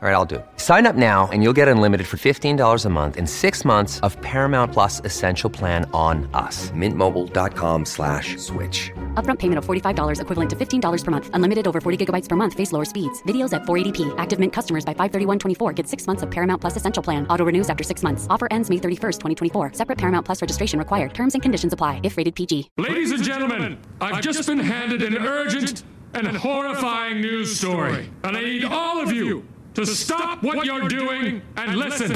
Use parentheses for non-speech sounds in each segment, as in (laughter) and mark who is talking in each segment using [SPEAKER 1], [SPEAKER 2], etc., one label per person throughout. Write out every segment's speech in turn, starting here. [SPEAKER 1] All right, I'll do. it. Sign up now and you'll get unlimited for $15 a month and six months of Paramount Plus Essential Plan on us. Mintmobile.com slash switch.
[SPEAKER 2] Upfront payment of $45 equivalent to $15 per month. Unlimited over 40 gigabytes per month. Face lower speeds. Videos at 480p. Active Mint customers by 531.24 get six months of Paramount Plus Essential Plan. Auto renews after six months. Offer ends May 31st, 2024. Separate Paramount Plus registration required. Terms and conditions apply if rated PG.
[SPEAKER 3] Ladies and gentlemen, I've just been handed an urgent and horrifying news story, and I need all of you to stop what you're doing and listen.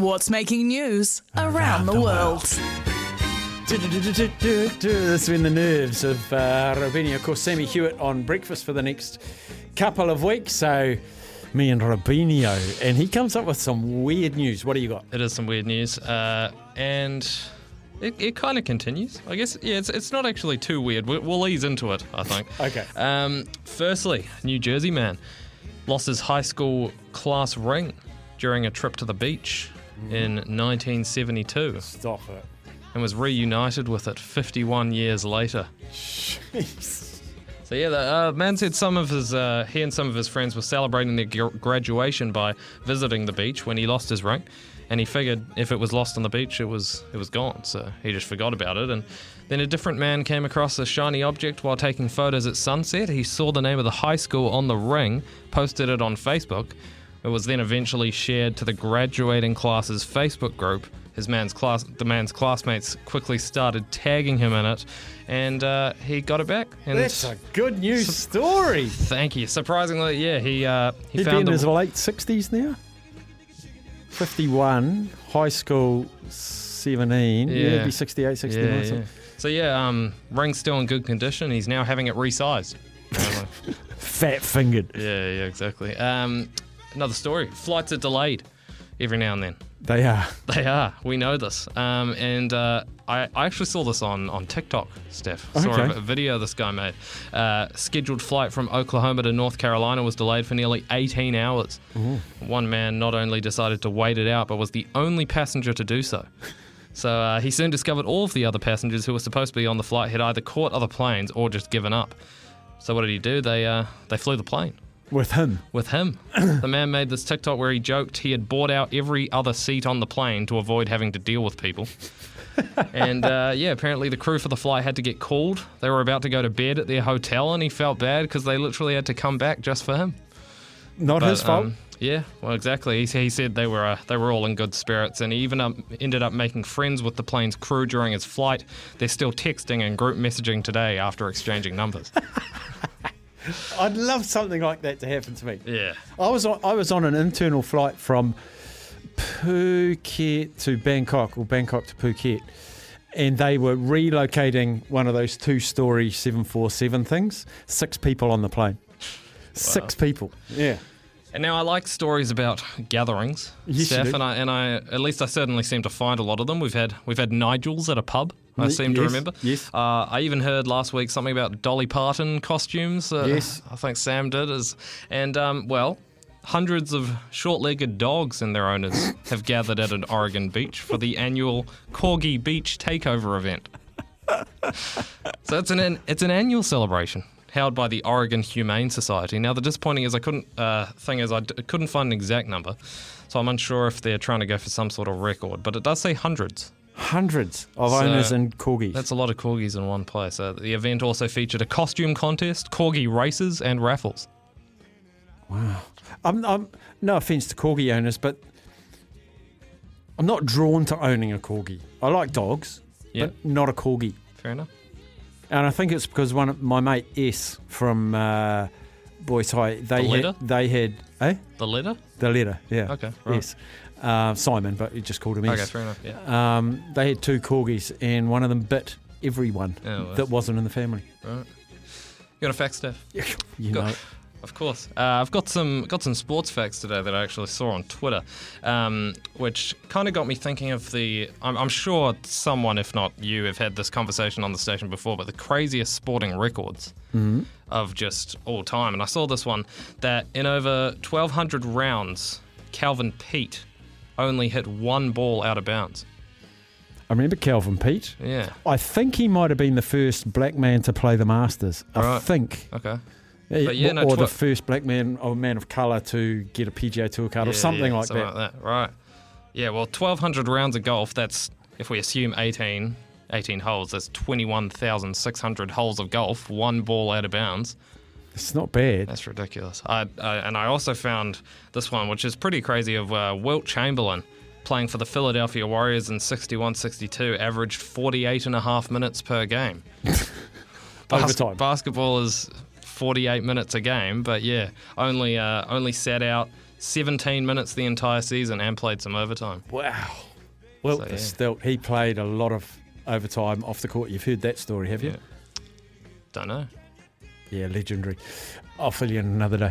[SPEAKER 4] What's making news around the world?
[SPEAKER 5] That's been the nerves of uh, Robini. Of course, Sammy Hewitt on breakfast for the next couple of weeks. So, me and Robinio, and he comes up with some weird news. What do you got?
[SPEAKER 6] It is some weird news, uh, and it, it kind of continues. I guess yeah, it's, it's not actually too weird. We, we'll ease into it, I think.
[SPEAKER 5] Okay.
[SPEAKER 6] Um, firstly, New Jersey man lost his high school class ring during a trip to the beach in 1972
[SPEAKER 5] Stop it.
[SPEAKER 6] and was reunited with it 51 years later. So yeah, the uh, man said some of his uh, he and some of his friends were celebrating their gr- graduation by visiting the beach when he lost his ring, and he figured if it was lost on the beach, it was it was gone. So he just forgot about it. And then a different man came across a shiny object while taking photos at sunset. He saw the name of the high school on the ring, posted it on Facebook. It was then eventually shared to the graduating class's Facebook group. His man's class, the man's classmates quickly started tagging him in it, and uh, he got it back. And
[SPEAKER 5] That's a good news story.
[SPEAKER 6] Thank you. Surprisingly, yeah, he uh,
[SPEAKER 5] He'd
[SPEAKER 6] he
[SPEAKER 5] be
[SPEAKER 6] found
[SPEAKER 5] in
[SPEAKER 6] the,
[SPEAKER 5] his late 60s now. 51, high school 17. Yeah, he'd
[SPEAKER 6] Yeah.
[SPEAKER 5] be 68, 69.
[SPEAKER 6] yeah, yeah.
[SPEAKER 5] something.
[SPEAKER 6] So yeah, um, ring's still in good condition. He's now having it
[SPEAKER 5] (laughs)
[SPEAKER 6] resized.
[SPEAKER 5] Fat fingered.
[SPEAKER 6] yeah, yeah, exactly. Um, another story. Flights are delayed every now and then.
[SPEAKER 5] They are.
[SPEAKER 6] (laughs) They are. We know this. Um, and uh, I, I actually saw this on, on TikTok, Steph. Saw a,
[SPEAKER 5] Okay.
[SPEAKER 6] a video this guy made. Uh, scheduled flight from Oklahoma to North Carolina was delayed for nearly 18 hours. One man not only decided to wait it out, but was the only passenger to do so. So uh, he soon discovered all of the other passengers who were supposed to be on the flight had either caught other planes or just given up. So what did he do? They uh, they flew the plane
[SPEAKER 5] With him. (clears throat)
[SPEAKER 6] with him. the man made this TikTok where he joked he had bought out every other seat on the plane to avoid having to deal
[SPEAKER 5] (laughs)
[SPEAKER 6] with people. and uh, yeah, apparently the crew for the flight had to get called. They were about to go to bed at their hotel, and he felt bad because they literally had to come back just for him.
[SPEAKER 5] Not
[SPEAKER 6] But,
[SPEAKER 5] his fault.
[SPEAKER 6] um, yeah, well, exactly. He, he said they were uh, they were all in good spirits, and he even um, ended up making friends with the plane's crew during his flight. They're still texting and group messaging today after
[SPEAKER 5] (laughs)
[SPEAKER 6] exchanging numbers.
[SPEAKER 5] I'd love something like that to happen to me.
[SPEAKER 6] yeah,
[SPEAKER 5] I was on, I was on an internal flight from Phuket to Bangkok or Bangkok to Phuket, and they were relocating one of those two-story seven four seven things. Six people on the plane. Six people. Yeah.
[SPEAKER 6] And now I like stories about gatherings,
[SPEAKER 5] Yes, you
[SPEAKER 6] Steph,
[SPEAKER 5] do.
[SPEAKER 6] and I and I at least I certainly seem to find a lot of them. We've had we've had Nigel's at a pub. I
[SPEAKER 5] Ye-
[SPEAKER 6] seem to
[SPEAKER 5] yes,
[SPEAKER 6] remember.
[SPEAKER 5] yes.
[SPEAKER 6] Uh, I even heard last week something about Dolly Parton costumes. Uh,
[SPEAKER 5] Yes.
[SPEAKER 6] (laughs) I think Sam did. Is and um, well, hundreds of short-legged dogs and their
[SPEAKER 5] (laughs)
[SPEAKER 6] owners have gathered at an Oregon beach for the annual Corgi Beach Takeover event. So it's an, an it's an annual celebration held by the Oregon Humane Society. Now the disappointing is I couldn't uh, thing is I d- couldn't find an exact number, so I'm unsure if they're trying to go for some sort of record. But it does say hundreds.
[SPEAKER 5] Hundreds of
[SPEAKER 6] So,
[SPEAKER 5] owners and corgis.
[SPEAKER 6] That's a lot of corgis in one place. Uh, the event also featured a costume contest, corgi races, and raffles.
[SPEAKER 5] I'm, I'm no offense to corgi owners, but I'm not drawn to owning a corgi. I like dogs,
[SPEAKER 6] Yeah.
[SPEAKER 5] but not a corgi.
[SPEAKER 6] Fair enough.
[SPEAKER 5] And I think it's because one of my mate S from uh, Boys High, they
[SPEAKER 6] The letter?
[SPEAKER 5] had, they had eh
[SPEAKER 6] The letter?
[SPEAKER 5] the letter, yeah,
[SPEAKER 6] Okay, right.
[SPEAKER 5] yes, uh, Simon, but he just called him
[SPEAKER 6] Okay,
[SPEAKER 5] S.
[SPEAKER 6] fair enough. Yeah.
[SPEAKER 5] Um, they had two corgis, and one of them bit everyone
[SPEAKER 6] Oh, well.
[SPEAKER 5] that wasn't in the
[SPEAKER 6] (laughs)
[SPEAKER 5] family.
[SPEAKER 6] You got a fact, Steph?
[SPEAKER 5] You
[SPEAKER 6] Go-
[SPEAKER 5] know,
[SPEAKER 6] Of course. Uh, I've got some got some sports facts today that I actually saw on Twitter, um, which kind of got me thinking of the. I'm, I'm sure someone, if not you, have had this conversation on the station before, but the craziest sporting records of just all time. And I saw this one that in over 1,200 rounds, Calvin Pete only hit one ball out of bounds.
[SPEAKER 5] I remember Calvin Pete.
[SPEAKER 6] Yeah.
[SPEAKER 5] I think he might have been the first black man to play the Masters. I
[SPEAKER 6] Right.
[SPEAKER 5] think.
[SPEAKER 6] Okay.
[SPEAKER 5] Yeah,
[SPEAKER 6] yeah, no,
[SPEAKER 5] or
[SPEAKER 6] twi-
[SPEAKER 5] the first black man or man of colour to get a PGA Tour card or
[SPEAKER 6] Yeah,
[SPEAKER 5] something
[SPEAKER 6] yeah,
[SPEAKER 5] like that.
[SPEAKER 6] Something like that. Right. Yeah, well, 1,200 rounds of golf, that's, if we assume 18, 18 holes, that's 21,600 holes of golf, one ball out of bounds.
[SPEAKER 5] It's not bad.
[SPEAKER 6] That's ridiculous. I, I, and I also found this one, which is pretty crazy, of uh, Wilt Chamberlain playing for the Philadelphia Warriors in 61 62, averaged 48 and a half minutes per game. Bas-
[SPEAKER 5] Overtime.
[SPEAKER 6] Basketball is 48 minutes a game, but yeah, only uh, only sat out 17 minutes the entire season and played some overtime.
[SPEAKER 5] Wow. Well,
[SPEAKER 6] So,
[SPEAKER 5] the
[SPEAKER 6] yeah.
[SPEAKER 5] Stilt, he played a lot of overtime off the court. You've heard that story, have you?
[SPEAKER 6] Don't know.
[SPEAKER 5] Yeah, legendary. I'll fill you in another day.